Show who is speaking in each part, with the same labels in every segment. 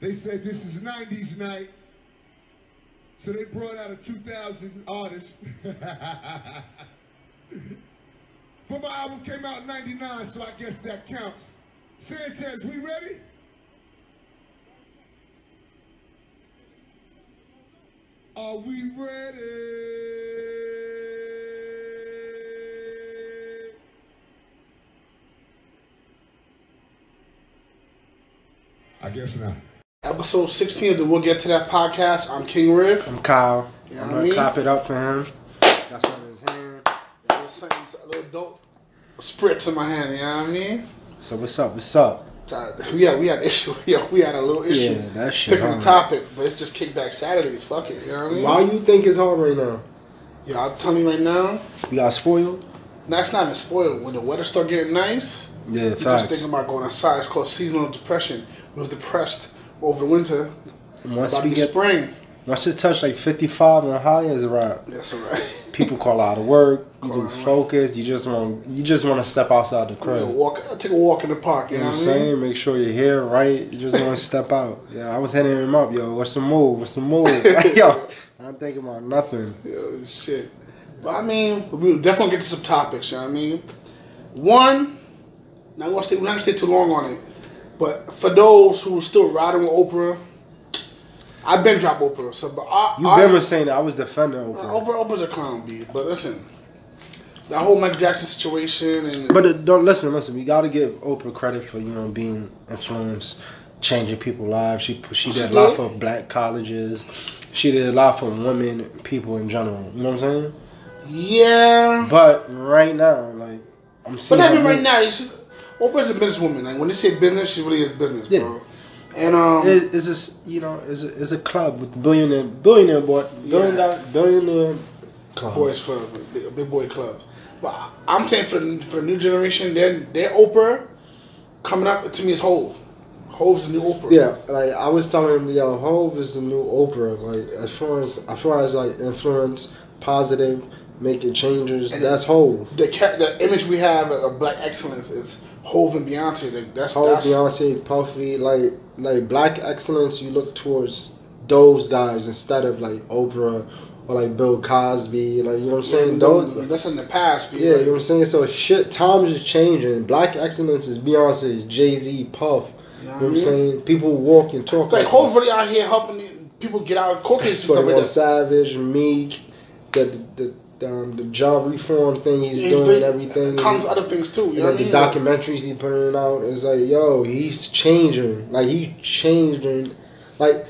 Speaker 1: They said this is 90s night. So they brought out a 2000 artist. but my album came out in 99, so I guess that counts. Sanchez, we ready? Are we ready? I guess not.
Speaker 2: Episode 16 of the We'll Get to That podcast. I'm King Riff.
Speaker 3: I'm Kyle.
Speaker 2: Yeah,
Speaker 3: I'm
Speaker 2: I
Speaker 3: gonna
Speaker 2: mean-
Speaker 3: clap it up for him. Got something in his hand.
Speaker 2: A little, something- a little dope spritz in my hand, you know what I mean?
Speaker 3: So what's up? What's up?
Speaker 2: Uh, yeah, we had an issue. Yeah, we had a little issue.
Speaker 3: Yeah, that shit
Speaker 2: Picking
Speaker 3: hard.
Speaker 2: the topic, but it's just kickback Saturdays. Fuck it, you know what I mean?
Speaker 3: Why you think it's hard right now?
Speaker 2: Yeah, I'm telling you right now,
Speaker 3: We got spoiled.
Speaker 2: that's not even spoiled. When the weather start getting nice,
Speaker 3: Yeah,
Speaker 2: you just
Speaker 3: facts.
Speaker 2: thinking about going outside. It's called seasonal depression. We was depressed over the winter.
Speaker 3: Once
Speaker 2: About
Speaker 3: we
Speaker 2: to
Speaker 3: get,
Speaker 2: spring.
Speaker 3: once it touch like 55 and higher is right.
Speaker 2: That's all right.
Speaker 3: People call out of work. You
Speaker 2: Call out
Speaker 3: lose
Speaker 2: of work.
Speaker 3: focus. You just want you just want to step outside the
Speaker 2: Yeah,
Speaker 3: crib.
Speaker 2: walk, take a walk in the park, you,
Speaker 3: You know
Speaker 2: know
Speaker 3: what I'm
Speaker 2: what I mean?
Speaker 3: saying? Make sure your hair right. You just want to step out. Yeah, I was hitting him up, yo. What's the move? What's the move? yo, I'm thinking about nothing.
Speaker 2: Yo, shit. But I mean, we definitely get to some topics. You know what I mean? One, not gonna stay. We're not gonna stay too long on it. But for those who are still riding with Oprah, I've been drop Oprah. So, but I,
Speaker 3: You
Speaker 2: I,
Speaker 3: been was saying that I was defending Oprah.
Speaker 2: Oprah, Oprah's a clown, B. But listen, that whole Michael Jackson situation and
Speaker 3: But it, don't listen, listen. We gotta give Oprah credit for you know being influence, changing people's lives. She she did a lot for black colleges. She did a lot for women, people in general. You know what I'm saying?
Speaker 2: yeah,
Speaker 3: But right now, like I'm
Speaker 2: but
Speaker 3: seeing.
Speaker 2: not
Speaker 3: her
Speaker 2: even right
Speaker 3: move-
Speaker 2: now. You should, Oprah's a businesswoman. Like when they say business, she really is business,
Speaker 3: Yeah.
Speaker 2: bro. And um,
Speaker 3: It, it's just you know it's a, it's a club with billionaire billionaire boy billion
Speaker 2: Yeah.
Speaker 3: dollar billionaire club.
Speaker 2: Uh-huh. boys club, a big, a big boy club. But I- I'm saying for the, for the new generation, their their Oprah coming up to me is Hove. Hove's the new Oprah.
Speaker 3: Yeah, like I was telling him, yo, Hove is the new Oprah. Like as far as as far as like influence, positive, making changes.
Speaker 2: And-
Speaker 3: that's Hove.
Speaker 2: The char- the image we have of black excellence is Hove and Beyonce. Like, That's
Speaker 3: Paul,
Speaker 2: that's
Speaker 3: Beyonce, Puffy, like like black excellence. You look towards those guys instead of like Oprah or like Bill Cosby. Like you know what I'm saying? Those,
Speaker 2: that's in the past. but
Speaker 3: yeah, you know what
Speaker 2: like,
Speaker 3: I'm saying. So shit, times is changing. Black excellence is Beyonce, Jay Z,
Speaker 2: you know
Speaker 3: Puff. You
Speaker 2: what
Speaker 3: know
Speaker 2: I
Speaker 3: what I'm
Speaker 2: mean?
Speaker 3: saying? People walk and talk.
Speaker 2: Like Hove really out here helping the- people get out of cocaine and stuff
Speaker 3: Twenty
Speaker 2: like
Speaker 3: One
Speaker 2: that.
Speaker 3: Savage, Meek, the the the, um, the job reform thing he's,
Speaker 2: He's
Speaker 3: doing,
Speaker 2: doing-
Speaker 3: everything.
Speaker 2: comes other things too. You
Speaker 3: And
Speaker 2: know
Speaker 3: like
Speaker 2: what I
Speaker 3: the
Speaker 2: mean?
Speaker 3: documentaries he putting out, it's like, yo, he's changing. Like he changing. Like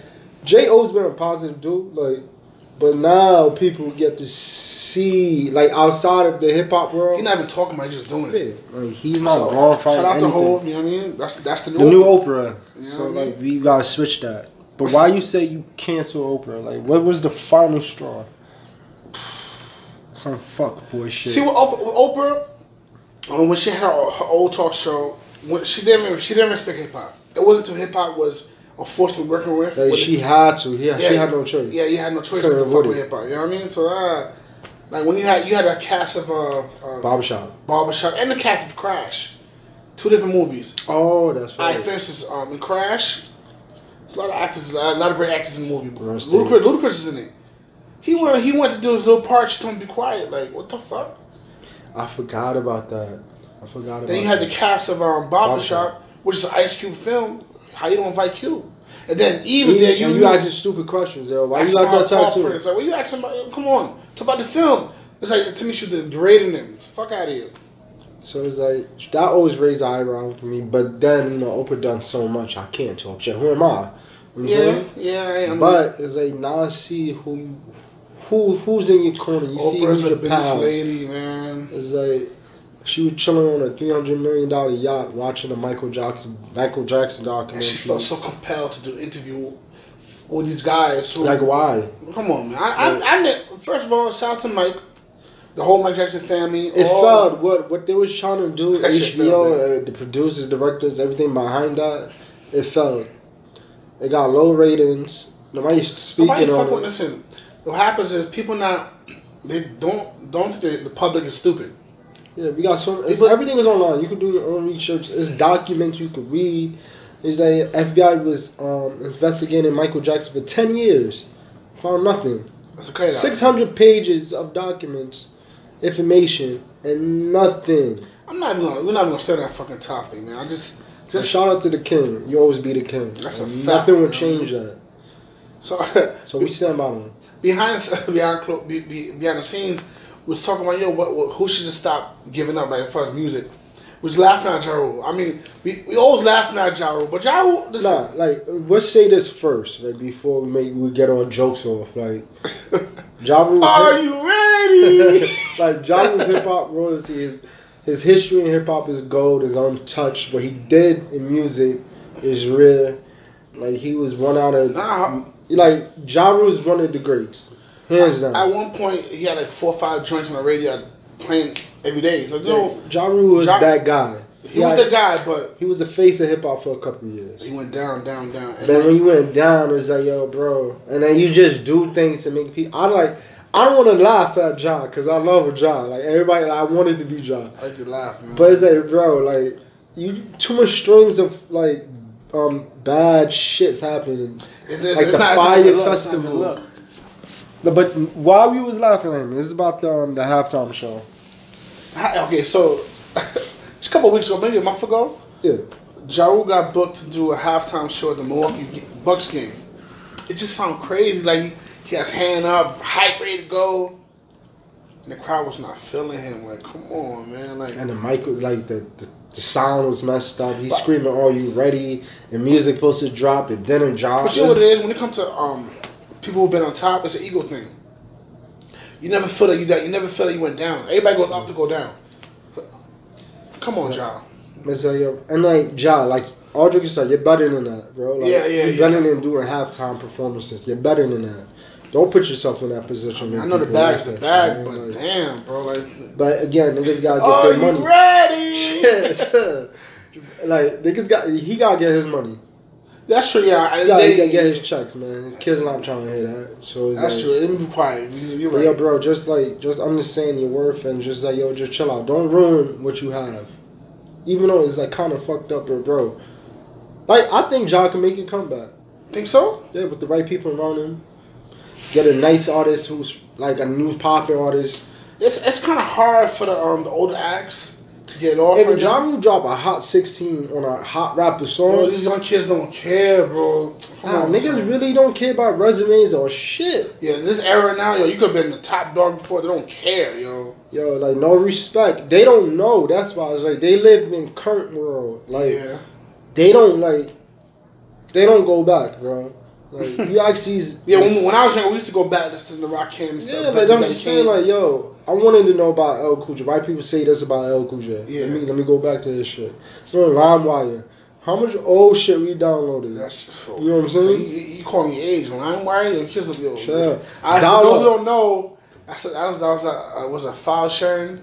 Speaker 3: J O's been a positive dude, like, but now people get to see like outside of the hip hop world.
Speaker 2: He's not even talking about. it, He's just doing it.
Speaker 3: yeah, like he's not
Speaker 2: So,
Speaker 3: wrong for
Speaker 2: shout out to
Speaker 3: anything.
Speaker 2: Hove. You know what I mean? That's that's the new.
Speaker 3: The new
Speaker 2: Oprah.
Speaker 3: Oprah.
Speaker 2: Yeah,
Speaker 3: So
Speaker 2: I mean-
Speaker 3: like we gotta switch that. But why you say you cancel Oprah? Like what was the final straw? Some fuck boy shit.
Speaker 2: See, with Oprah, with Oprah um, when she had her, her old talk show, when she didn't she didn't respect hip hop. It wasn't until hip hop was a force to working with.
Speaker 3: like,
Speaker 2: with-
Speaker 3: she had to. Yeah, she had no choice.
Speaker 2: Yeah, you had no choice but
Speaker 3: Couldn't
Speaker 2: to fuck
Speaker 3: avoid
Speaker 2: with
Speaker 3: it.
Speaker 2: hip hop. You know what I mean? So, uh, like when you had you had a cast of uh, uh,
Speaker 3: Barbershop.
Speaker 2: barbershop and the cast of Crash, two different movies.
Speaker 3: Oh, that's
Speaker 2: I
Speaker 3: right.
Speaker 2: for instance, um, in Crash, there's a lot of actors, a lot of great actors in the movie. But
Speaker 3: Rusty.
Speaker 2: Ludacris, Ludacris is in it. He wanted he wanted to do his little part. She told him to be quiet. Like what the fuck?
Speaker 3: I forgot about that. I forgot about
Speaker 2: Then you had the
Speaker 3: that.
Speaker 2: cast of um, Barbershop,
Speaker 3: Barbershop.
Speaker 2: which is an Ice Cube film. How you don't invite Cube? And then Eve
Speaker 3: You,
Speaker 2: is there.
Speaker 3: you,
Speaker 2: You,
Speaker 3: you asking stupid questions, yo. Why you
Speaker 2: ask
Speaker 3: like
Speaker 2: Paul-
Speaker 3: that
Speaker 2: Paul
Speaker 3: talk too?
Speaker 2: Prince. Like, what you asking about? Come on, talk about the film. It's like to me, she's degrading him. Fuck out of here.
Speaker 3: So it's like that always raised an eyebrow for me. But then you know, Oprah done so much, I can't talk shit. Who am I? You know what I'm
Speaker 2: Yeah,
Speaker 3: saying?
Speaker 2: yeah. I am.
Speaker 3: But it's like now I see who, you- who who's in your corner. You see
Speaker 2: Oprah's
Speaker 3: who's
Speaker 2: a
Speaker 3: your
Speaker 2: business
Speaker 3: pals.
Speaker 2: lady, man.
Speaker 3: It's like she was chilling on a three hundred million dollar yacht watching the Michael Jackson Michael Jackson
Speaker 2: And
Speaker 3: documentary.
Speaker 2: she felt so compelled to do an interview with these guys. Who,
Speaker 3: like why?
Speaker 2: come on, man. I, I, I, did- first of all, shout out to Mike, the whole Mike Jackson family.
Speaker 3: It
Speaker 2: all-
Speaker 3: felt what what they was trying to do.
Speaker 2: That shit felt
Speaker 3: HBO, uh, the producers, directors, everything behind that, it felt. It got low ratings. Nobody's
Speaker 2: Nobody
Speaker 3: speaking
Speaker 2: fuck
Speaker 3: on
Speaker 2: with
Speaker 3: it.
Speaker 2: listen. What happens is people not they don't don't think the, the public is stupid.
Speaker 3: Yeah, we got so it's,
Speaker 2: People-
Speaker 3: everything is online. You can do your own research. It's documents you can read. Is that FBI was um, investigating Michael Jackson for ten years, found nothing.
Speaker 2: That's a crazy.
Speaker 3: Six hundred pages of documents, information, and nothing.
Speaker 2: I'm not even. Gonna, we're not even gonna stay on that fucking topic, man. I just,
Speaker 3: Just
Speaker 2: just
Speaker 3: shout out to the king. You always be the king.
Speaker 2: That's a
Speaker 3: And
Speaker 2: fact,
Speaker 3: nothing will
Speaker 2: man.
Speaker 3: change that.
Speaker 2: so
Speaker 3: So we stand by him.
Speaker 2: behind behind clo- be- be- behind the scenes we was talking about yo what, what who should just stop giving up like as far as music. We was laughing at Ja Rule. I mean, we, we always laughing at Ja Rule, but Ja Rule, listen,
Speaker 3: Nah, like let's say this first, right before we make we get on jokes off. Like Ja Rule's
Speaker 2: are
Speaker 3: hip-
Speaker 2: you ready?
Speaker 3: like Ja Rule's hip hop royalty is his history in hip hop is gold, is untouched. What he did in music is rare. Like he was one out of
Speaker 2: nah,
Speaker 3: like Ja Rule's one of the greats. Hands down.
Speaker 2: at one point he had like four or five joints on the radio playing every day. So yo,
Speaker 3: Like, ja Rule was
Speaker 2: Ja-
Speaker 3: that guy.
Speaker 2: he
Speaker 3: Yeah,
Speaker 2: was the guy, but
Speaker 3: he was the face of hip hop for a couple of years.
Speaker 2: he went down, down, down. And
Speaker 3: But
Speaker 2: like-
Speaker 3: when you went down, it's like, yo, bro. And then you just do things to make people. I like. I don't want to laugh at Ja because I love Ja. Like everybody, I wanted to be Ja.
Speaker 2: I like to laugh, man.
Speaker 3: But it's like, bro, like you too much strings of like um bad shits happening.
Speaker 2: It's- it's-
Speaker 3: like
Speaker 2: it's
Speaker 3: the
Speaker 2: not- it's
Speaker 3: Fire
Speaker 2: not good luck, it's not good
Speaker 3: Festival.
Speaker 2: luck.
Speaker 3: But while we was laughing at him, it's about the um, the halftime show.
Speaker 2: Hi- Okay, so just a couple of weeks ago, maybe a month ago,
Speaker 3: Yeah,
Speaker 2: Ja Rule got booked to do a halftime show at the Milwaukee G- Bucks game. It just sounded crazy. Like he, he has hand up, hype, ready to go, and the crowd was not feeling him. Like, come on, man. Like,
Speaker 3: and the mic was like the, the the sound was messed up. He's screaming, "Are you ready?" And music supposed to drop, and then it drops.
Speaker 2: but you know what it is when it comes to um people who've been on top. It's an ego thing. You never feel that you that you never feel that you went down. Everybody goes up to go down. Come on, Ja.
Speaker 3: It's like, yo, and like Ja, like all jokes aside, you're better than that, bro. Like,
Speaker 2: Yeah, yeah,
Speaker 3: You're
Speaker 2: yeah.
Speaker 3: better than doing halftime performances. You're better than that. Don't put yourself in that position.
Speaker 2: I mean, I
Speaker 3: when
Speaker 2: know the
Speaker 3: people
Speaker 2: bag's
Speaker 3: like
Speaker 2: the
Speaker 3: that,
Speaker 2: bag,
Speaker 3: man,
Speaker 2: but
Speaker 3: like-
Speaker 2: damn, bro, like.
Speaker 3: but again, niggas gotta get
Speaker 2: Are
Speaker 3: their
Speaker 2: you
Speaker 3: money.
Speaker 2: ready?
Speaker 3: like niggas got he gotta get his money.
Speaker 2: That's true. Yeah, I,
Speaker 3: He gotta,
Speaker 2: they-
Speaker 3: get- get his checks, man. His kids not trying to hear that. So it's
Speaker 2: that's
Speaker 3: like,
Speaker 2: true. Let me be quiet. You- You're
Speaker 3: But
Speaker 2: right.
Speaker 3: yo, bro, just like just understand your worth and just like yo, just chill out. Don't ruin what you have, even though it's like kind of fucked up, but bro. Like I think John can make a comeback.
Speaker 2: Think so?
Speaker 3: Yeah, with the right people around him, get a nice artist who's like a new popping artist.
Speaker 2: It's it's kind of hard for the um the older acts to get it off.
Speaker 3: If
Speaker 2: right now.
Speaker 3: John will drop a hot sixteen on a hot rapper
Speaker 2: bro,
Speaker 3: song,
Speaker 2: these young kids don't care, bro. Come
Speaker 3: nah,
Speaker 2: on,
Speaker 3: niggas
Speaker 2: son.
Speaker 3: really don't care about resumes or shit.
Speaker 2: Yeah, this era now, yo, you could have been the top dog before. They don't care, yo.
Speaker 3: Yo, like no respect. They don't know. That's why it's like they live in current world. Like.
Speaker 2: yeah,
Speaker 3: they don't like they don't go back, bro. Like you actually
Speaker 2: yeah. When, when I was younger, we used to go back just to the rock and stuff.
Speaker 3: yeah,
Speaker 2: but
Speaker 3: like I'm
Speaker 2: they
Speaker 3: just saying,
Speaker 2: can't.
Speaker 3: like yo, I wanted to know about El Cool J. Why people say this about El Cool J?
Speaker 2: Yeah.
Speaker 3: Let me let me go back to this shit. So LimeWire, how much old shit we downloaded?
Speaker 2: that's just,
Speaker 3: You know what I'm
Speaker 2: So
Speaker 3: saying?
Speaker 2: you, you you calling your age? Line wire? Your kids look yo.
Speaker 3: Sure.
Speaker 2: I, for
Speaker 3: Dial
Speaker 2: those
Speaker 3: up.
Speaker 2: who don't know, I said that was that was a uh, was a file sharing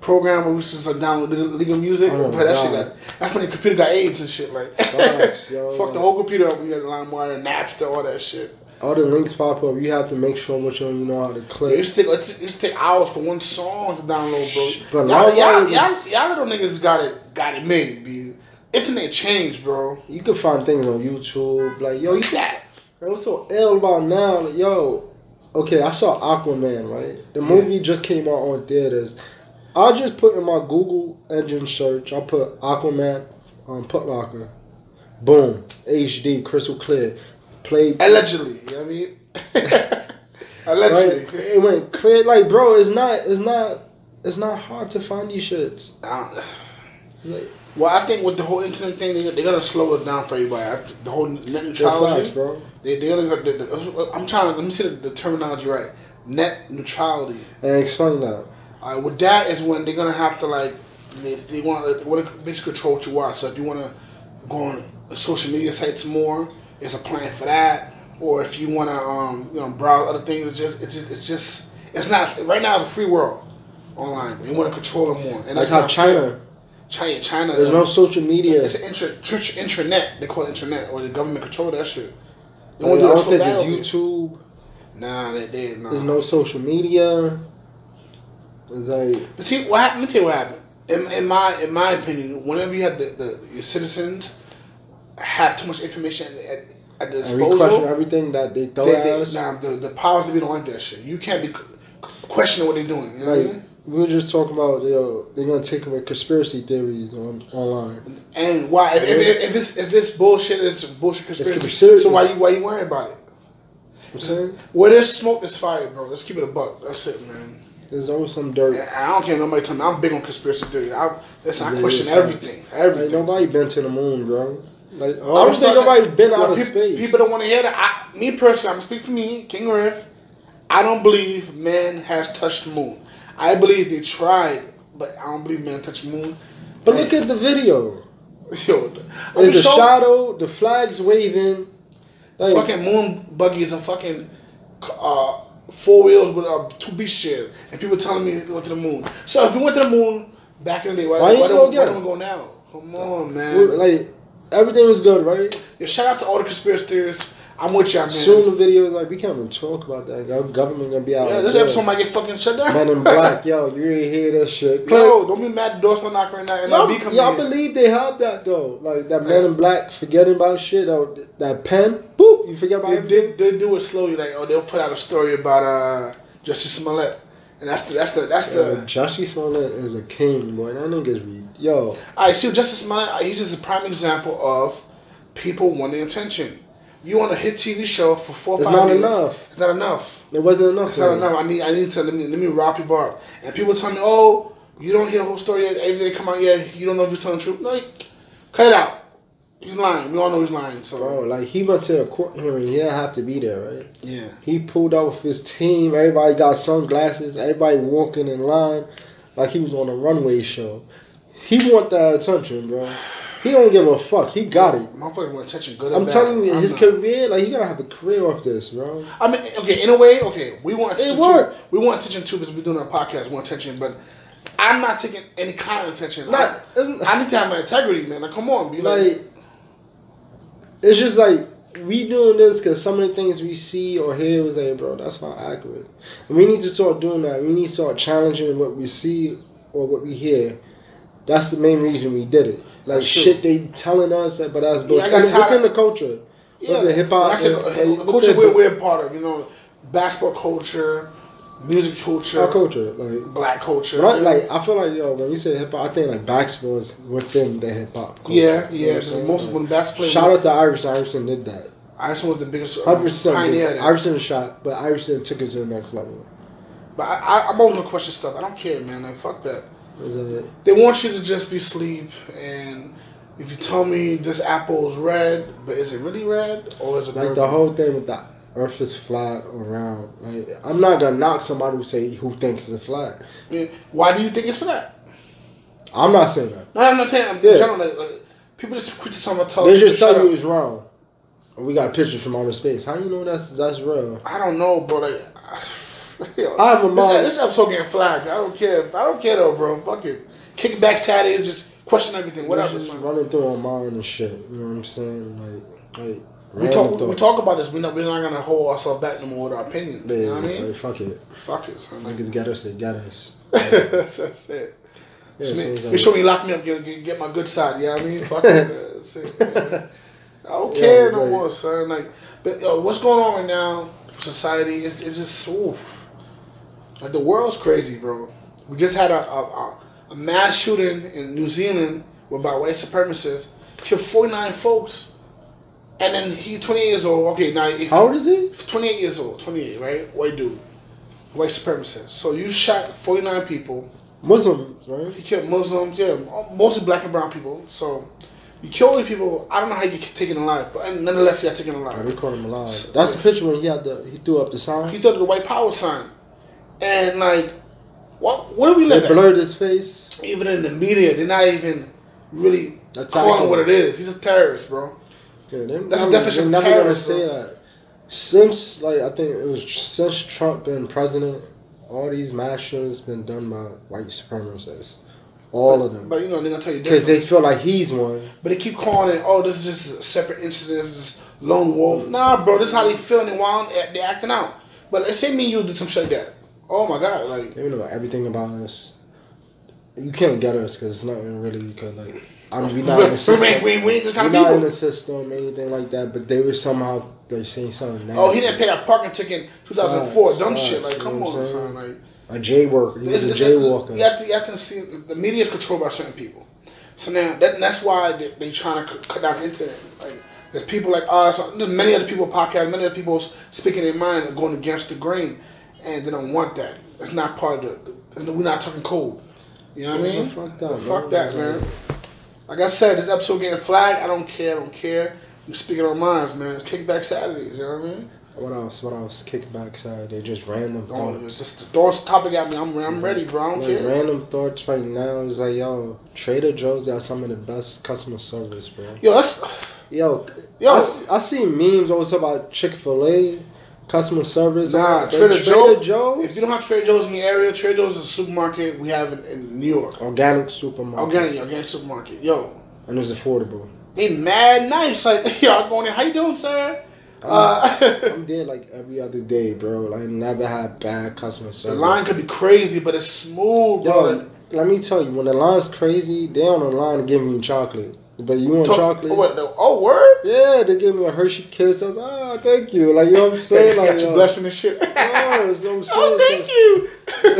Speaker 2: program where we just like download legal, legal music.
Speaker 3: Oh,
Speaker 2: but that shit
Speaker 3: God.
Speaker 2: got that's when the computer got AIDS and shit. Like
Speaker 3: Facts, yo.
Speaker 2: fuck the whole computer up. We got LimeWire, Napster, all that shit.
Speaker 3: All the links pop up. You have to make sure which one you know how to
Speaker 2: It
Speaker 3: click.
Speaker 2: used to take it used to take hours for one song to download, bro.
Speaker 3: But
Speaker 2: Y'all,
Speaker 3: LimeWire
Speaker 2: y'all,
Speaker 3: was-
Speaker 2: y'all, y'all little niggas got it got it made, B. Internet changed, bro.
Speaker 3: You can find things on YouTube. Like yo, you
Speaker 2: Look at that.
Speaker 3: Man, what's so ill about now? Like, yo, okay, I saw Aquaman, right? The movie just came out on theaters. I just put in my Google engine search, I put Aquaman um, Put Locker. Boom. HD, crystal clear. Played.
Speaker 2: Allegedly, you know what I mean?
Speaker 3: Right?
Speaker 2: Allegedly.
Speaker 3: It went clear. Like, bro, it's not, it's not, it's not hard to find these shits.
Speaker 2: I don't-
Speaker 3: It's like,
Speaker 2: Well, I think with the whole internet thing, they, they're gonna slow it down for everybody. I- The whole net
Speaker 3: they're facts,
Speaker 2: neutrality,
Speaker 3: bro.
Speaker 2: they, they're gonna. They, they- I'm trying to let me see the, the terminology right. Net neutrality.
Speaker 3: And explain that.
Speaker 2: Uh, with that is when they're gonna have to like, if they want to, want to basically control what you watch. So if you want to go on social media sites more, it's a plan for that. Or if you want to, um, you know, browse other things, it's just, it's just, it's just, it's not right now. It's a free world online. You want to control it more, and that's
Speaker 3: That's how
Speaker 2: not
Speaker 3: China.
Speaker 2: China, China.
Speaker 3: There's
Speaker 2: uh,
Speaker 3: no social media.
Speaker 2: it's intra, tr- tr- intranet. They call it intranet, or the government control that shit. They
Speaker 3: Like,
Speaker 2: wanna
Speaker 3: I
Speaker 2: do that
Speaker 3: don't
Speaker 2: so
Speaker 3: think
Speaker 2: bad,
Speaker 3: it's YouTube.
Speaker 2: man. Nah, they did. Nah.
Speaker 3: There's no social media. It's like
Speaker 2: But see, what happened? Let me tell you what happened. In, in my in my opinion, whenever you have the, the your citizens have too much information at, at, at their
Speaker 3: And we question
Speaker 2: disposal.
Speaker 3: everything that they throw
Speaker 2: They,
Speaker 3: at
Speaker 2: they,
Speaker 3: us.
Speaker 2: nah, the, the powers to be don't like that shit. You can't be q- questioning what they're doing. You know what I
Speaker 3: Like
Speaker 2: mean?
Speaker 3: we were just talking about, yo, they're gonna take away conspiracy theories on online.
Speaker 2: And why? If, if, if, if it's if it's bullshit, it's bullshit conspiracy.
Speaker 3: conspiracy.
Speaker 2: So why you why you worrying about it?
Speaker 3: I'm saying
Speaker 2: Where there's smoke, there's fire, bro. Let's keep it a buck. That's it, man.
Speaker 3: there's always some
Speaker 2: And
Speaker 3: dirt.
Speaker 2: I don't care. Nobody tell me I'm big on conspiracy theory. I listen. I
Speaker 3: Yeah,
Speaker 2: question
Speaker 3: yeah.
Speaker 2: everything.
Speaker 3: Like
Speaker 2: Everything.
Speaker 3: nobody been to the moon, bro. Like
Speaker 2: Oh,
Speaker 3: I don't think
Speaker 2: start-
Speaker 3: nobody's been
Speaker 2: Yo,
Speaker 3: out of
Speaker 2: peop-
Speaker 3: space.
Speaker 2: People don't want to hear that. I, me personally, I'm gonna speak for me, King Riff. I don't believe man has touched the moon. I believe they tried, but I don't believe man touched the moon.
Speaker 3: but look at the video.
Speaker 2: at yo, I
Speaker 3: There's
Speaker 2: mean,
Speaker 3: a
Speaker 2: show-
Speaker 3: shadow, the flag's waving. Like,
Speaker 2: fucking moon buggies and fucking uh, four wheels with uh, two beach chairs, and people telling me they went to the moon. So if you went to the moon back in the day, why,
Speaker 3: Why
Speaker 2: why,
Speaker 3: you go
Speaker 2: don't, why
Speaker 3: again?
Speaker 2: don't we go now? Come on,
Speaker 3: we-
Speaker 2: man.
Speaker 3: like everything was good, right?
Speaker 2: Yeah, shout out to all the conspiracy theorists. I'm with y'all, man.
Speaker 3: Soon the video is like we can't even talk about that. Our government gonna be out.
Speaker 2: yeah, this
Speaker 3: there.
Speaker 2: episode might get fucking shut down.
Speaker 3: Men in Black, yo, you ain't hear that shit.
Speaker 2: Yo, don't be mad. The door's not knocking right now.
Speaker 3: Like,
Speaker 2: And
Speaker 3: y'all,
Speaker 2: I'll be coming.
Speaker 3: y'all
Speaker 2: in.
Speaker 3: believe they have that though, like that
Speaker 2: Yeah.
Speaker 3: Men in Black forgetting about shit. That, that pen, boop, you forget about
Speaker 2: They,
Speaker 3: it.
Speaker 2: they, they do it slowly. Like, oh, they'll put out a story about uh, Justice Smollett. And that's the, that's the, that's
Speaker 3: Yo,
Speaker 2: the.
Speaker 3: Joshy Smollett is a king, boy. That nigga's re- yo.
Speaker 2: I see Justice Smollett, uh, he's just a prime example of people wanting attention. You want a hit TV show for four or
Speaker 3: It's
Speaker 2: five
Speaker 3: not
Speaker 2: years.
Speaker 3: enough.
Speaker 2: It's not enough.
Speaker 3: It wasn't enough.
Speaker 2: It's not
Speaker 3: man.
Speaker 2: enough. I need I need to let me let me wrap people up. And people tell me, oh, you don't hear the whole story yet. Everything come out yet. You don't know if he's telling the truth. Like, cut it out. He's lying. We all know he's lying. So
Speaker 3: Bro, like he went to a court hearing. He didn't have to be there, right?
Speaker 2: yeah.
Speaker 3: He pulled out with his team. Everybody got sunglasses. Everybody walking in line, like he was on a runway show. He want that attention, bro. He don't give a fuck. He got it.
Speaker 2: Motherfucker want attention, good or
Speaker 3: I'm
Speaker 2: bad.
Speaker 3: telling you,
Speaker 2: I'm
Speaker 3: his
Speaker 2: not-
Speaker 3: career, like he gotta have a career off this, bro.
Speaker 2: I mean, okay, in a way, okay, we want attention too.
Speaker 3: worked.
Speaker 2: We want attention too because we're doing our podcast. We want attention, but I'm not taking any kind of attention.
Speaker 3: Not, isn't,
Speaker 2: I, I need to have my integrity, man. Like, come on, be like,
Speaker 3: like it's just like we doing this because some of the things we see or hear was like, bro, that's not accurate. And we need to start doing that. We need to start challenging what we see or what we hear. That's the main reason we did it. Like
Speaker 2: That's true.
Speaker 3: shit, they telling us, but that's
Speaker 2: I
Speaker 3: bullshit.
Speaker 2: got
Speaker 3: And
Speaker 2: tired-
Speaker 3: within the culture,
Speaker 2: yeah,
Speaker 3: whether hip hop,
Speaker 2: Like I said,
Speaker 3: or-
Speaker 2: uh,
Speaker 3: or-
Speaker 2: culture we're, we're a part of, you know, basketball culture, music culture,
Speaker 3: our culture, like.
Speaker 2: black culture.
Speaker 3: Right, like I feel like yo, when you say hip hop, I think like basketball is within the hip hop. culture.
Speaker 2: yeah,
Speaker 3: You know what
Speaker 2: yeah.
Speaker 3: I'm saying?
Speaker 2: most
Speaker 3: Like,
Speaker 2: when basketball,
Speaker 3: Shout out to Iris. Iverson did that.
Speaker 2: Iverson was the biggest uh,
Speaker 3: Hundred percent.
Speaker 2: pioneer. of that.
Speaker 3: Iverson shot, but Iverson took it to the next level.
Speaker 2: But I, I, I'm always gonna question stuff. I don't care, man. Like, fuck that.
Speaker 3: Is it?
Speaker 2: They want you to just be sleep and if you tell me this apple is red, but is it really red or is it
Speaker 3: Like
Speaker 2: purple?
Speaker 3: the whole thing with the Earth is flat or round. Like I'm not gonna knock somebody who say who thinks it's flat.
Speaker 2: I mean, why do you think it's for that?
Speaker 3: I'm not saying that.
Speaker 2: No, I'm not saying. I'm
Speaker 3: Yeah.
Speaker 2: general, like, like, people just quit this on my talk.
Speaker 3: They just
Speaker 2: Oh, shut
Speaker 3: tell you
Speaker 2: up.
Speaker 3: it's round. We got pictures from outer space. How you know that's that's real?
Speaker 2: I don't know, bro. Like, yo,
Speaker 3: I have a
Speaker 2: this,
Speaker 3: mind.
Speaker 2: this episode getting flagged. I don't care. I don't care though, bro. Fuck it. Kick back Saturday and just question everything. What
Speaker 3: We're
Speaker 2: up?
Speaker 3: Just
Speaker 2: son?
Speaker 3: running through our mind and shit. You know what I'm saying? Like, like
Speaker 2: We talk. We talk about this. We're not. We're not gonna hold ourselves back no more with our opinions.
Speaker 3: Yeah,
Speaker 2: You know what I mean?
Speaker 3: like, fuck it.
Speaker 2: Fuck it. Son. Like,
Speaker 3: Niggas get us. They get us.
Speaker 2: that's, that's it.
Speaker 3: Yeah,
Speaker 2: It's
Speaker 3: so
Speaker 2: me.
Speaker 3: it's like-
Speaker 2: Make sure when you lock me up, get, get, get my good side. You know what I mean? Fuck it. That's it, man. I don't
Speaker 3: Yeah,
Speaker 2: care
Speaker 3: it's
Speaker 2: no
Speaker 3: like-
Speaker 2: more, son. Like, but yo, what's going on right now? Society is it's just oof. like the world's crazy, bro. We just had a a, a, a mass shooting in New Zealand with by white supremacists. Killed forty nine folks, and then he twenty eight years old. Okay, now if,
Speaker 3: How old is he?
Speaker 2: 28 years old, 28, right? White dude, white supremacist. So you shot 49 people.
Speaker 3: Muslim, right?
Speaker 2: You killed Muslims, yeah, mostly black and brown people. So you kill these people. I don't know how you get taken alive, but nonetheless, you got taken
Speaker 3: I
Speaker 2: alive.
Speaker 3: we caught him alive. That's the picture when he had the he threw up the
Speaker 2: He
Speaker 3: sign.
Speaker 2: threw the white power sign, and like, what? What do we
Speaker 3: They
Speaker 2: live at?
Speaker 3: blurred his face.
Speaker 2: Even in the media, they're not even really
Speaker 3: That's
Speaker 2: calling
Speaker 3: how
Speaker 2: what it is. He's a terrorist, bro.
Speaker 3: Yeah, they,
Speaker 2: That's the
Speaker 3: I mean,
Speaker 2: definition
Speaker 3: they
Speaker 2: of
Speaker 3: never gonna
Speaker 2: terrorist,
Speaker 3: say that. Since like I think it was since Trump been president, all these mass shootings been done by white supremacists. All of them.
Speaker 2: But you know they're gonna tell you
Speaker 3: Because
Speaker 2: different.
Speaker 3: they feel like he's one.
Speaker 2: But they keep calling it, oh, this is just a separate incident, this is lone
Speaker 3: Mm.
Speaker 2: wolf. Nah, bro, this is how they feeling and why they acting out. But let's say me and you did some shit like that. Oh my god, like
Speaker 3: They know everything about us. You can't get us because it's not really because like I mean, we
Speaker 2: We
Speaker 3: not in the
Speaker 2: we
Speaker 3: system.
Speaker 2: ain't, we ain't, we ain't this
Speaker 3: We're
Speaker 2: kind
Speaker 3: not
Speaker 2: of
Speaker 3: in the
Speaker 2: people.
Speaker 3: system, anything like that. But they were somehow they saying something. Nasty.
Speaker 2: Oh, he didn't pay that parking ticket in 2004.
Speaker 3: Facts,
Speaker 2: Dumb
Speaker 3: facts,
Speaker 2: shit. Like,
Speaker 3: you
Speaker 2: come
Speaker 3: know what I'm
Speaker 2: on, son.
Speaker 3: saying?
Speaker 2: Like,
Speaker 3: A jaywalker. He was a
Speaker 2: It's-
Speaker 3: jaywalker.
Speaker 2: You have to, you have to see the media is controlled by certain people. So now that, that's why they, they trying to c- cut down the internet. Like there's people like us, there's many other people podcast, many other people s- speaking their mind and going against the grain, and they don't want that. It's not part of the. it's- we're not talking code. You know what I
Speaker 3: Yeah,
Speaker 2: mean?
Speaker 3: fuck
Speaker 2: So
Speaker 3: that,
Speaker 2: fuck
Speaker 3: man.
Speaker 2: that, man. Like I said, this episode getting flagged. I don't care. I don't care. We speaking our minds, man. It's Kickback Saturdays. You know what I mean?
Speaker 3: What else? What else? Kickback side. They just random
Speaker 2: Don't, it's
Speaker 3: thoughts.
Speaker 2: just throw this topic at me. I'm, I'm ready, bro. I don't
Speaker 3: Like,
Speaker 2: care.
Speaker 3: random thoughts right now is like, yo, Trader Joe's got some of the best customer service, bro.
Speaker 2: Yo, that's
Speaker 3: Yo,
Speaker 2: Yo.
Speaker 3: I, s- I see memes also about Chick Fil A customer service.
Speaker 2: Nah,
Speaker 3: Like,
Speaker 2: Trader Joe-
Speaker 3: Joe's?
Speaker 2: If you don't have Trader Joe's in your area, Trader Joe's is a supermarket we have in, in New York.
Speaker 3: organic supermarket,
Speaker 2: Organic, organic supermarket. Yo,
Speaker 3: and it's affordable.
Speaker 2: they mad nice. Like, yo, I go in there, how you doing, sir?
Speaker 3: I'm,
Speaker 2: Uh,
Speaker 3: I'm there like every other day, bro. I never had bad customer service.
Speaker 2: the line could be crazy, but it's smooth,
Speaker 3: Yo,
Speaker 2: bro.
Speaker 3: let me tell you, when the line's crazy, they on the line to give me chocolate. But you want
Speaker 2: To-
Speaker 3: chocolate?
Speaker 2: Oh, what, the- oh, word?
Speaker 3: Yeah, they gave me a Hershey kiss. I was like, ah, thank you. Like, you know what I'm saying?
Speaker 2: Got
Speaker 3: Like, uh,
Speaker 2: you
Speaker 3: yo,
Speaker 2: blessing and shit.
Speaker 3: yeah, so I'm
Speaker 2: oh,
Speaker 3: serious.
Speaker 2: thank you.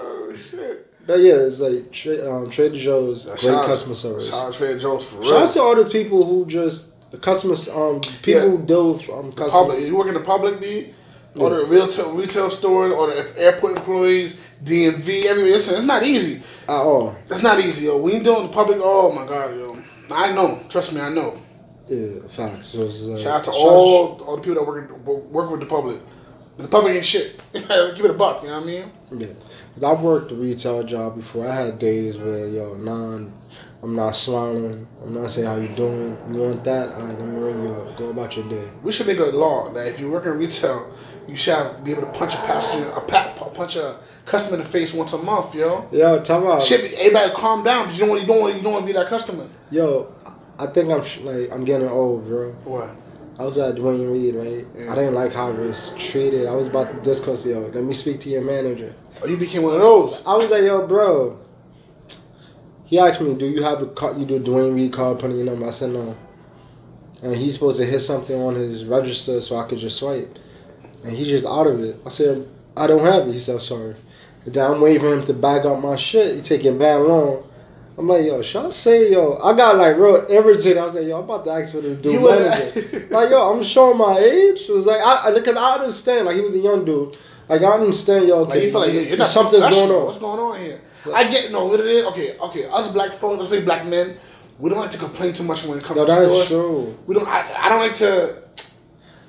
Speaker 2: oh, shit.
Speaker 3: But yeah, it's like tra- um, Trader Joe's, great
Speaker 2: Shout out-
Speaker 3: customer service.
Speaker 2: Shout out Trader Joe's for real.
Speaker 3: Shout out to all the people who just the customers, um, people
Speaker 2: Yeah.
Speaker 3: who deal with um, customers.
Speaker 2: public. If you work in the public, be or the retail retail stores or the airport employees, DMV, everywhere. Listen, it's not easy.
Speaker 3: At all.
Speaker 2: It's not easy, yo. When you dealing with the public, oh my god, yo. I know. Trust me, I know.
Speaker 3: Yeah, facts. So it's, uh,
Speaker 2: Shout out to all all the people that work in- work with the public. The public ain't shit. Give it a buck. You know what I mean?
Speaker 3: Yeah. 'Cause I've worked a retail job before. I had days where yo, nah, I'm- I'm not smiling. I'm not saying how you doing. You want that? All right, let me ring you up. Go about your day.
Speaker 2: We should make a law that if you work in retail, you shall be able to punch a passenger, a pa- pu- punch a customer in the face once a month, yo.
Speaker 3: Yo, talk about
Speaker 2: Shit, everybody calm down. 'cause You don't want you don't want you don't want to be that customer.
Speaker 3: yo. I think I'm sh- like I'm getting old, bro.
Speaker 2: What?
Speaker 3: I was at Dwayne Reed, right?
Speaker 2: Yeah.
Speaker 3: I didn't like how I was treated. I was about to discuss, yo. Let me speak to your manager.
Speaker 2: Oh, you became one of those.
Speaker 3: I was like, yo, bro. He asked me, do you have a card? You do Dwayne Reed card, putting your number. I said no. And he's supposed to hit something on his register so I could just swipe. And he just out of it. I said, I don't have it. He said, sorry. And then I'm waiting for him to back up my shit. He taking that long. I'm like, yo, should I say, yo? I got like real irritated. I was like, yo, I'm about to ask for this dude
Speaker 2: You
Speaker 3: manager.
Speaker 2: would-
Speaker 3: like, yo, I'm showing my age. It was like, I, I, cause I understand. Like, he was a young dude. Like, I understand, yo.
Speaker 2: Like you feel like you're you're not
Speaker 3: something's going
Speaker 2: professional.
Speaker 3: on.
Speaker 2: What's going on here? I get no. What it is? Okay, okay. Us black folks, especially black men, we don't like to complain too much when it comes
Speaker 3: No,
Speaker 2: to
Speaker 3: that's
Speaker 2: stores.
Speaker 3: true.
Speaker 2: We don't. I, I don't like to.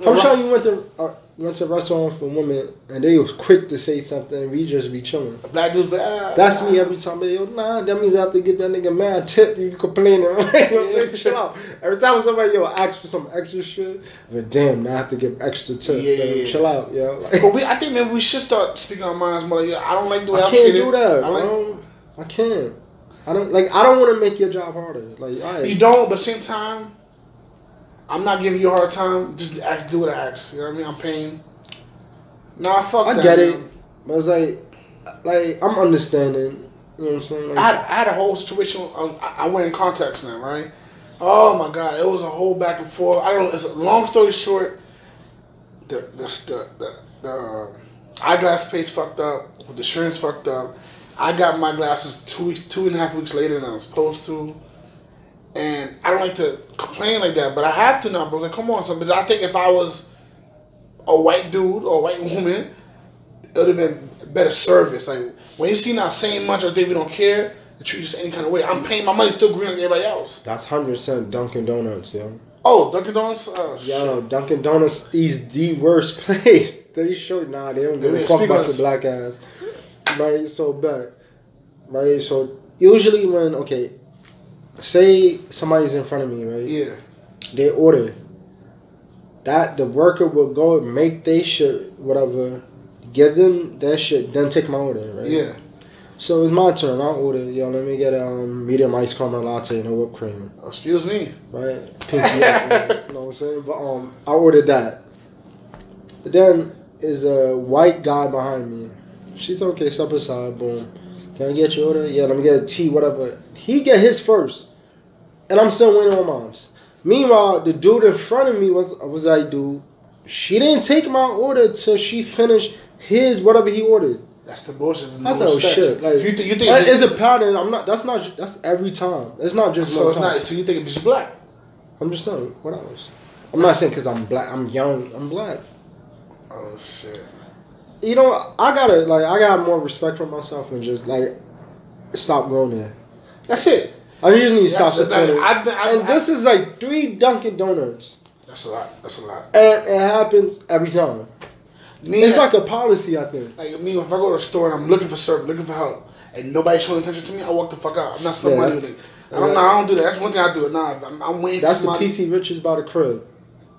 Speaker 3: I'm sure you went to uh, went to a restaurant for women, and they was quick to say something. We just be chilling.
Speaker 2: black dudes, but ah,
Speaker 3: That's me every time. But yo, nah, that means I have to get that nigga mad tip. You complaining? you know what I'm saying? Chill out. Every time somebody yo ask for some extra shit, but damn, now I have to give extra tip.
Speaker 2: Yeah,
Speaker 3: man.
Speaker 2: yeah, yeah.
Speaker 3: Chill out, yo. Like,
Speaker 2: But we, I think maybe we should start speaking our minds more. Like, yeah, I don't like the way
Speaker 3: I
Speaker 2: am
Speaker 3: can't
Speaker 2: treated.
Speaker 3: do that.
Speaker 2: I
Speaker 3: I,
Speaker 2: like,
Speaker 3: don't, I can't. I don't like. I don't want to make your job harder. Like, all right.
Speaker 2: You don't, but at the same time, I'm not giving you a hard time. Just act, do what I ask. You know what I mean? I'm paying. Nah, fuck
Speaker 3: I
Speaker 2: that.
Speaker 3: get
Speaker 2: man.
Speaker 3: it. But it's like, like I'm understanding. You know what I'm saying? Like,
Speaker 2: I had, I had a whole situation. um, I, I went in contacts now, right? Oh my god, it was a whole back and forth. I don't. It's a long story short. The the the the, the um, eyeglass page fucked up. The insurance fucked up. I got my glasses two weeks, two and a half weeks later than I was supposed to. And I don't like to complain like that, but I have to now. But like, come on, son. Because I think if I was a white dude or a white woman, it would have been better service. Like when you see not saying much or think we don't care, they treat us any kind of way. I'm paying my money still green like everybody else.
Speaker 3: That's hundred percent Dunkin' Donuts, yo.
Speaker 2: Oh, Dunkin' Donuts. Oh,
Speaker 3: Yo, Dunkin' Donuts is the worst place. They sure nah, they don't give
Speaker 2: Yeah,
Speaker 3: a fuck
Speaker 2: speak
Speaker 3: about
Speaker 2: on
Speaker 3: your
Speaker 2: this.
Speaker 3: black ass. Right, so bad. Right, so usually when okay, say somebody's in front of me, right?
Speaker 2: shit. Yeah.
Speaker 3: They order. That the worker will go and make they shit whatever, give them that shit, then take my order, right?
Speaker 2: Yeah.
Speaker 3: So it's my turn. I order, yo, let me get a um, medium iced caramel latte and a whipped cream.
Speaker 2: Oh, excuse me.
Speaker 3: right? Pinky up, you know what I'm saying? But um, I ordered that. But then is a white guy behind me. She's okay, step aside, boom. Can I get your order? Yeah, let me get a tea, whatever. He get his first. and I'm still waiting on moms. Meanwhile, the dude in front of me was was like, dude, she didn't take my order till she finished his whatever he ordered.
Speaker 2: That's the bullshit. and
Speaker 3: That's
Speaker 2: no
Speaker 3: oh
Speaker 2: respect.
Speaker 3: shit. Like
Speaker 2: you, thi- you think
Speaker 3: that is a pattern. I'm not. That's not. That's every time. It's not just
Speaker 2: so?
Speaker 3: one
Speaker 2: It's
Speaker 3: time.
Speaker 2: not. So you think it's black?
Speaker 3: I'm just saying. What else? I'm not saying because I'm black. I'm young. I'm black.
Speaker 2: Oh shit.
Speaker 3: You know, I gotta like. I got more respect for myself and just like stop going there.
Speaker 2: That's it.
Speaker 3: I just need to stop
Speaker 2: That's the thing.
Speaker 3: supporting.
Speaker 2: I- I-
Speaker 3: And
Speaker 2: I-
Speaker 3: this is like three Dunkin' Donuts,
Speaker 2: That's a lot. That's a lot.
Speaker 3: and it happens every time.
Speaker 2: Me,
Speaker 3: It's like a policy, I think.
Speaker 2: like me. If I go to a store and I'm looking for service, looking for help, and nobody's showing attention to me, I walk the fuck out. I'm not spending
Speaker 3: Yeah,
Speaker 2: money.
Speaker 3: that's-
Speaker 2: with it. I don't know. I don't do that. That's one thing I do. Nah, I'm, I'm waiting.
Speaker 3: That's
Speaker 2: for somebody-
Speaker 3: the PC Richards by the crib.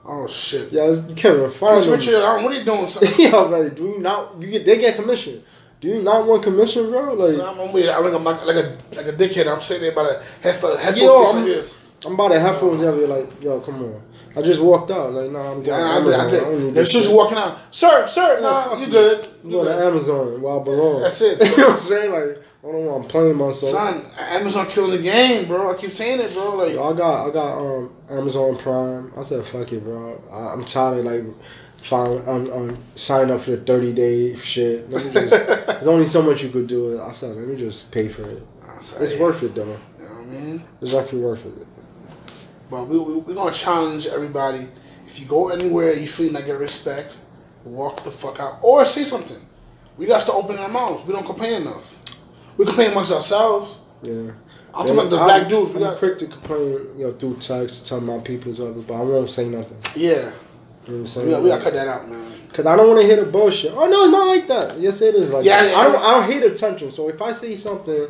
Speaker 2: Oh shit.
Speaker 3: Yeah, it's- you can't even find
Speaker 2: This
Speaker 3: them.
Speaker 2: Richard, I don't- what are you doing? So,
Speaker 3: yeah, like, do you not? You get they get commission. Do you not want commission, bro? Like,
Speaker 2: I'm, I'm weird. I'm like a mo- like a like a dickhead. I'm sitting there by the headphone headphone
Speaker 3: Yo,
Speaker 2: station.
Speaker 3: I'm-
Speaker 2: like this.
Speaker 3: I'm about to have phones everywhere. Like, yo, come on. I just walked out. Like, nah, I'm going
Speaker 2: Yeah,
Speaker 3: to
Speaker 2: I, I,
Speaker 3: Amazon.
Speaker 2: I,
Speaker 3: I, don't need
Speaker 2: did. They're
Speaker 3: this
Speaker 2: just
Speaker 3: shit.
Speaker 2: walking out. Sir, sir, nah,
Speaker 3: fuck
Speaker 2: you
Speaker 3: you.
Speaker 2: good? You
Speaker 3: I'm going to
Speaker 2: good.
Speaker 3: Amazon where I belong.
Speaker 2: That's it.
Speaker 3: you know what I'm saying? Like, I don't know. I'm playing myself.
Speaker 2: Son, Amazon killing the game, bro. I keep saying it, bro. Like,
Speaker 3: Yo, I got I got um Amazon Prime. I said fuck it, bro. I, I'm tired of like find um, um sign up for the thirty day shit. Let me just, there's only so much you could do. I said let me just pay for it.
Speaker 2: I'm sorry.
Speaker 3: It's worth it though.
Speaker 2: You know what I mean?
Speaker 3: It's actually worth it.
Speaker 2: But we, we, we're going to challenge everybody. If you go anywhere, you feel like get respect, walk the fuck out. Or say something. We got to open our mouths. We don't complain enough. We complain amongst ourselves.
Speaker 3: Yeah.
Speaker 2: I'm talking about the black dudes. We
Speaker 3: I'm
Speaker 2: got,
Speaker 3: quick to complain, you know, through text, tell my people's over, but I won't say nothing.
Speaker 2: yeah.
Speaker 3: You know what I'm
Speaker 2: We got, we got to
Speaker 3: saying?
Speaker 2: cut that out, man.
Speaker 3: Because I don't want to hear the bullshit. Oh no, it's not like that. Yes, it is like
Speaker 2: Yeah,
Speaker 3: that.
Speaker 2: yeah.
Speaker 3: I don't. I don't hate attention. So if I say something,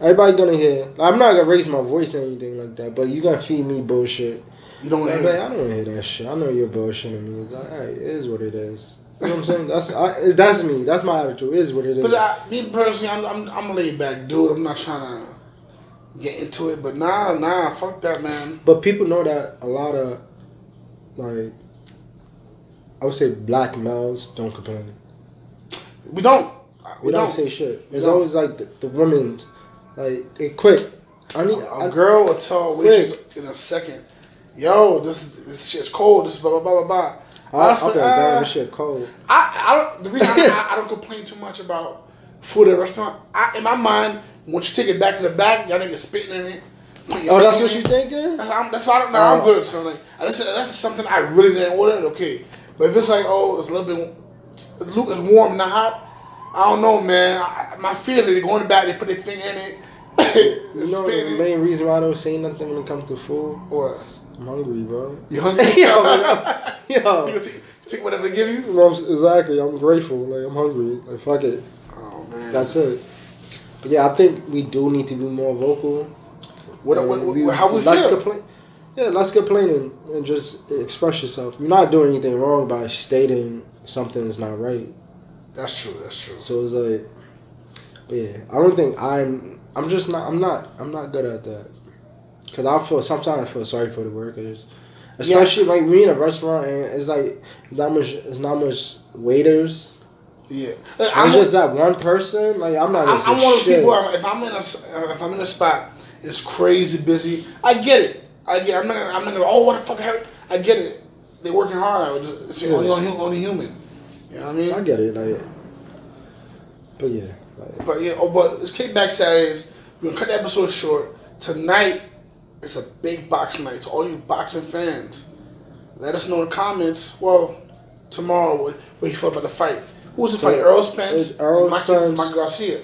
Speaker 3: everybody gonna hear. I'm not gonna raise my voice or anything like that. But you gonna feed me bullshit.
Speaker 2: You don't want
Speaker 3: Like,
Speaker 2: to
Speaker 3: like,
Speaker 2: hear
Speaker 3: I don't want to hear that shit. I know you're bullshitting me. It's Like, all right, it is what it is. You know what I'm saying? That's I, that's me. That's my attitude. It is what it is.
Speaker 2: Because I, me personally, I'm, I'm, I'm a laid back dude. I'm not trying to get into it. But nah, nah, fuck that, man.
Speaker 3: But people know that a lot of, like, I would say black males don't complain.
Speaker 2: We don't.
Speaker 3: We don't, say shit. It's
Speaker 2: don't.
Speaker 3: always like the, the women, like, hey, quick. I need.
Speaker 2: A
Speaker 3: I,
Speaker 2: girl will tell waitress in a second, yo, this this shit's cold. This blah blah blah blah blah.
Speaker 3: I,
Speaker 2: Us,
Speaker 3: Ah, okay,
Speaker 2: uh,
Speaker 3: damn, this shit cold.
Speaker 2: I, I don't, the reason I, I don't complain too much about food at a restaurant, I, in my mind, once you take it back to the back, y'all niggas spitting in it. put your
Speaker 3: Oh, that's
Speaker 2: finger in
Speaker 3: what you
Speaker 2: it.
Speaker 3: thinking?
Speaker 2: That's, I'm, that's why I don't know. I'm
Speaker 3: Oh.
Speaker 2: good. So like, unless, unless it's something I really didn't order, okay. But if it's like, oh, it's a little bit, it's it's warm, not hot. I don't know, man. I, I- my fears are they going back. They put their thing in it.
Speaker 3: You
Speaker 2: you
Speaker 3: know the main reason why I don't say nothing when it comes to food?
Speaker 2: What?
Speaker 3: I'm hungry, bro.
Speaker 2: You hungry?
Speaker 3: Yo, yo, yo.
Speaker 2: You gonna take, take whatever they give you?
Speaker 3: You know, I'm, exactly. I'm grateful. Like I'm hungry. Like fuck it.
Speaker 2: Oh man.
Speaker 3: That's it. But yeah, I think we do need to be more vocal.
Speaker 2: what,
Speaker 3: And
Speaker 2: what, what, how we
Speaker 3: less
Speaker 2: feel.
Speaker 3: Complain- yeah, less complaining and just express yourself. You're not doing anything wrong by stating something is not right.
Speaker 2: That's true. That's true.
Speaker 3: So it's like, but yeah, I don't think I'm. I'm just not. I'm not. I'm not good at that. Cause I feel sometimes I feel sorry for the workers, especially like me in a restaurant and it's like not much. It's not much waiters.
Speaker 2: Yeah.
Speaker 3: I'm
Speaker 2: I'm,
Speaker 3: just that one person. Like I'm not.
Speaker 2: I'm,
Speaker 3: gonna
Speaker 2: I'm
Speaker 3: say
Speaker 2: one of those
Speaker 3: shit.
Speaker 2: people. I'm, if I'm in a s- uh, if I'm in a spot, it's crazy busy. I get it. I get. It. I'm not. Gonna, I'm not gonna. Oh, what the fuck happened? I get it. They're working hard. I would just, it's
Speaker 3: Yeah.
Speaker 2: only, only, only human. You know what I mean?
Speaker 3: I get it. Like, but yeah, like,
Speaker 2: But yeah, oh, but it's kickback Saturdays. We're gonna cut the episode short. Tonight is a big boxing night. To all you boxing fans, let us know in the comments. Well, tomorrow what, what you feel about the fight. Who's the
Speaker 3: So,
Speaker 2: fight? Earl Spence.
Speaker 3: it's Errol
Speaker 2: and Mike,
Speaker 3: Spence.
Speaker 2: Mike Garcia.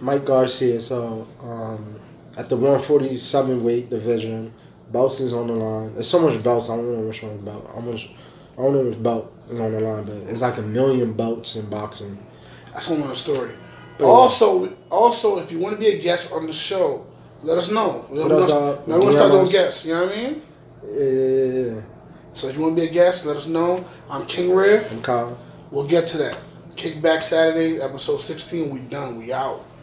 Speaker 3: Mike Garcia. So um, at the 147 weight division, belts is on the line. There's so much belts. I don't know which one belt. How much? I don't know which belt is on the line, but it's like a million belts in boxing.
Speaker 2: That's one of the story.
Speaker 3: Yeah.
Speaker 2: Also, also, if you want to be a guest on the show, let us know. We're
Speaker 3: Let us,
Speaker 2: gonna-
Speaker 3: uh,
Speaker 2: we're gonna start
Speaker 3: DM
Speaker 2: doing
Speaker 3: us.
Speaker 2: guests. You know what I mean?
Speaker 3: Yeah, yeah, yeah, yeah.
Speaker 2: So if you want to be a guest, let us know. I'm King Riff.
Speaker 3: I'm Kyle.
Speaker 2: We'll get to that. Kickback Saturday, episode 16. We done. We out.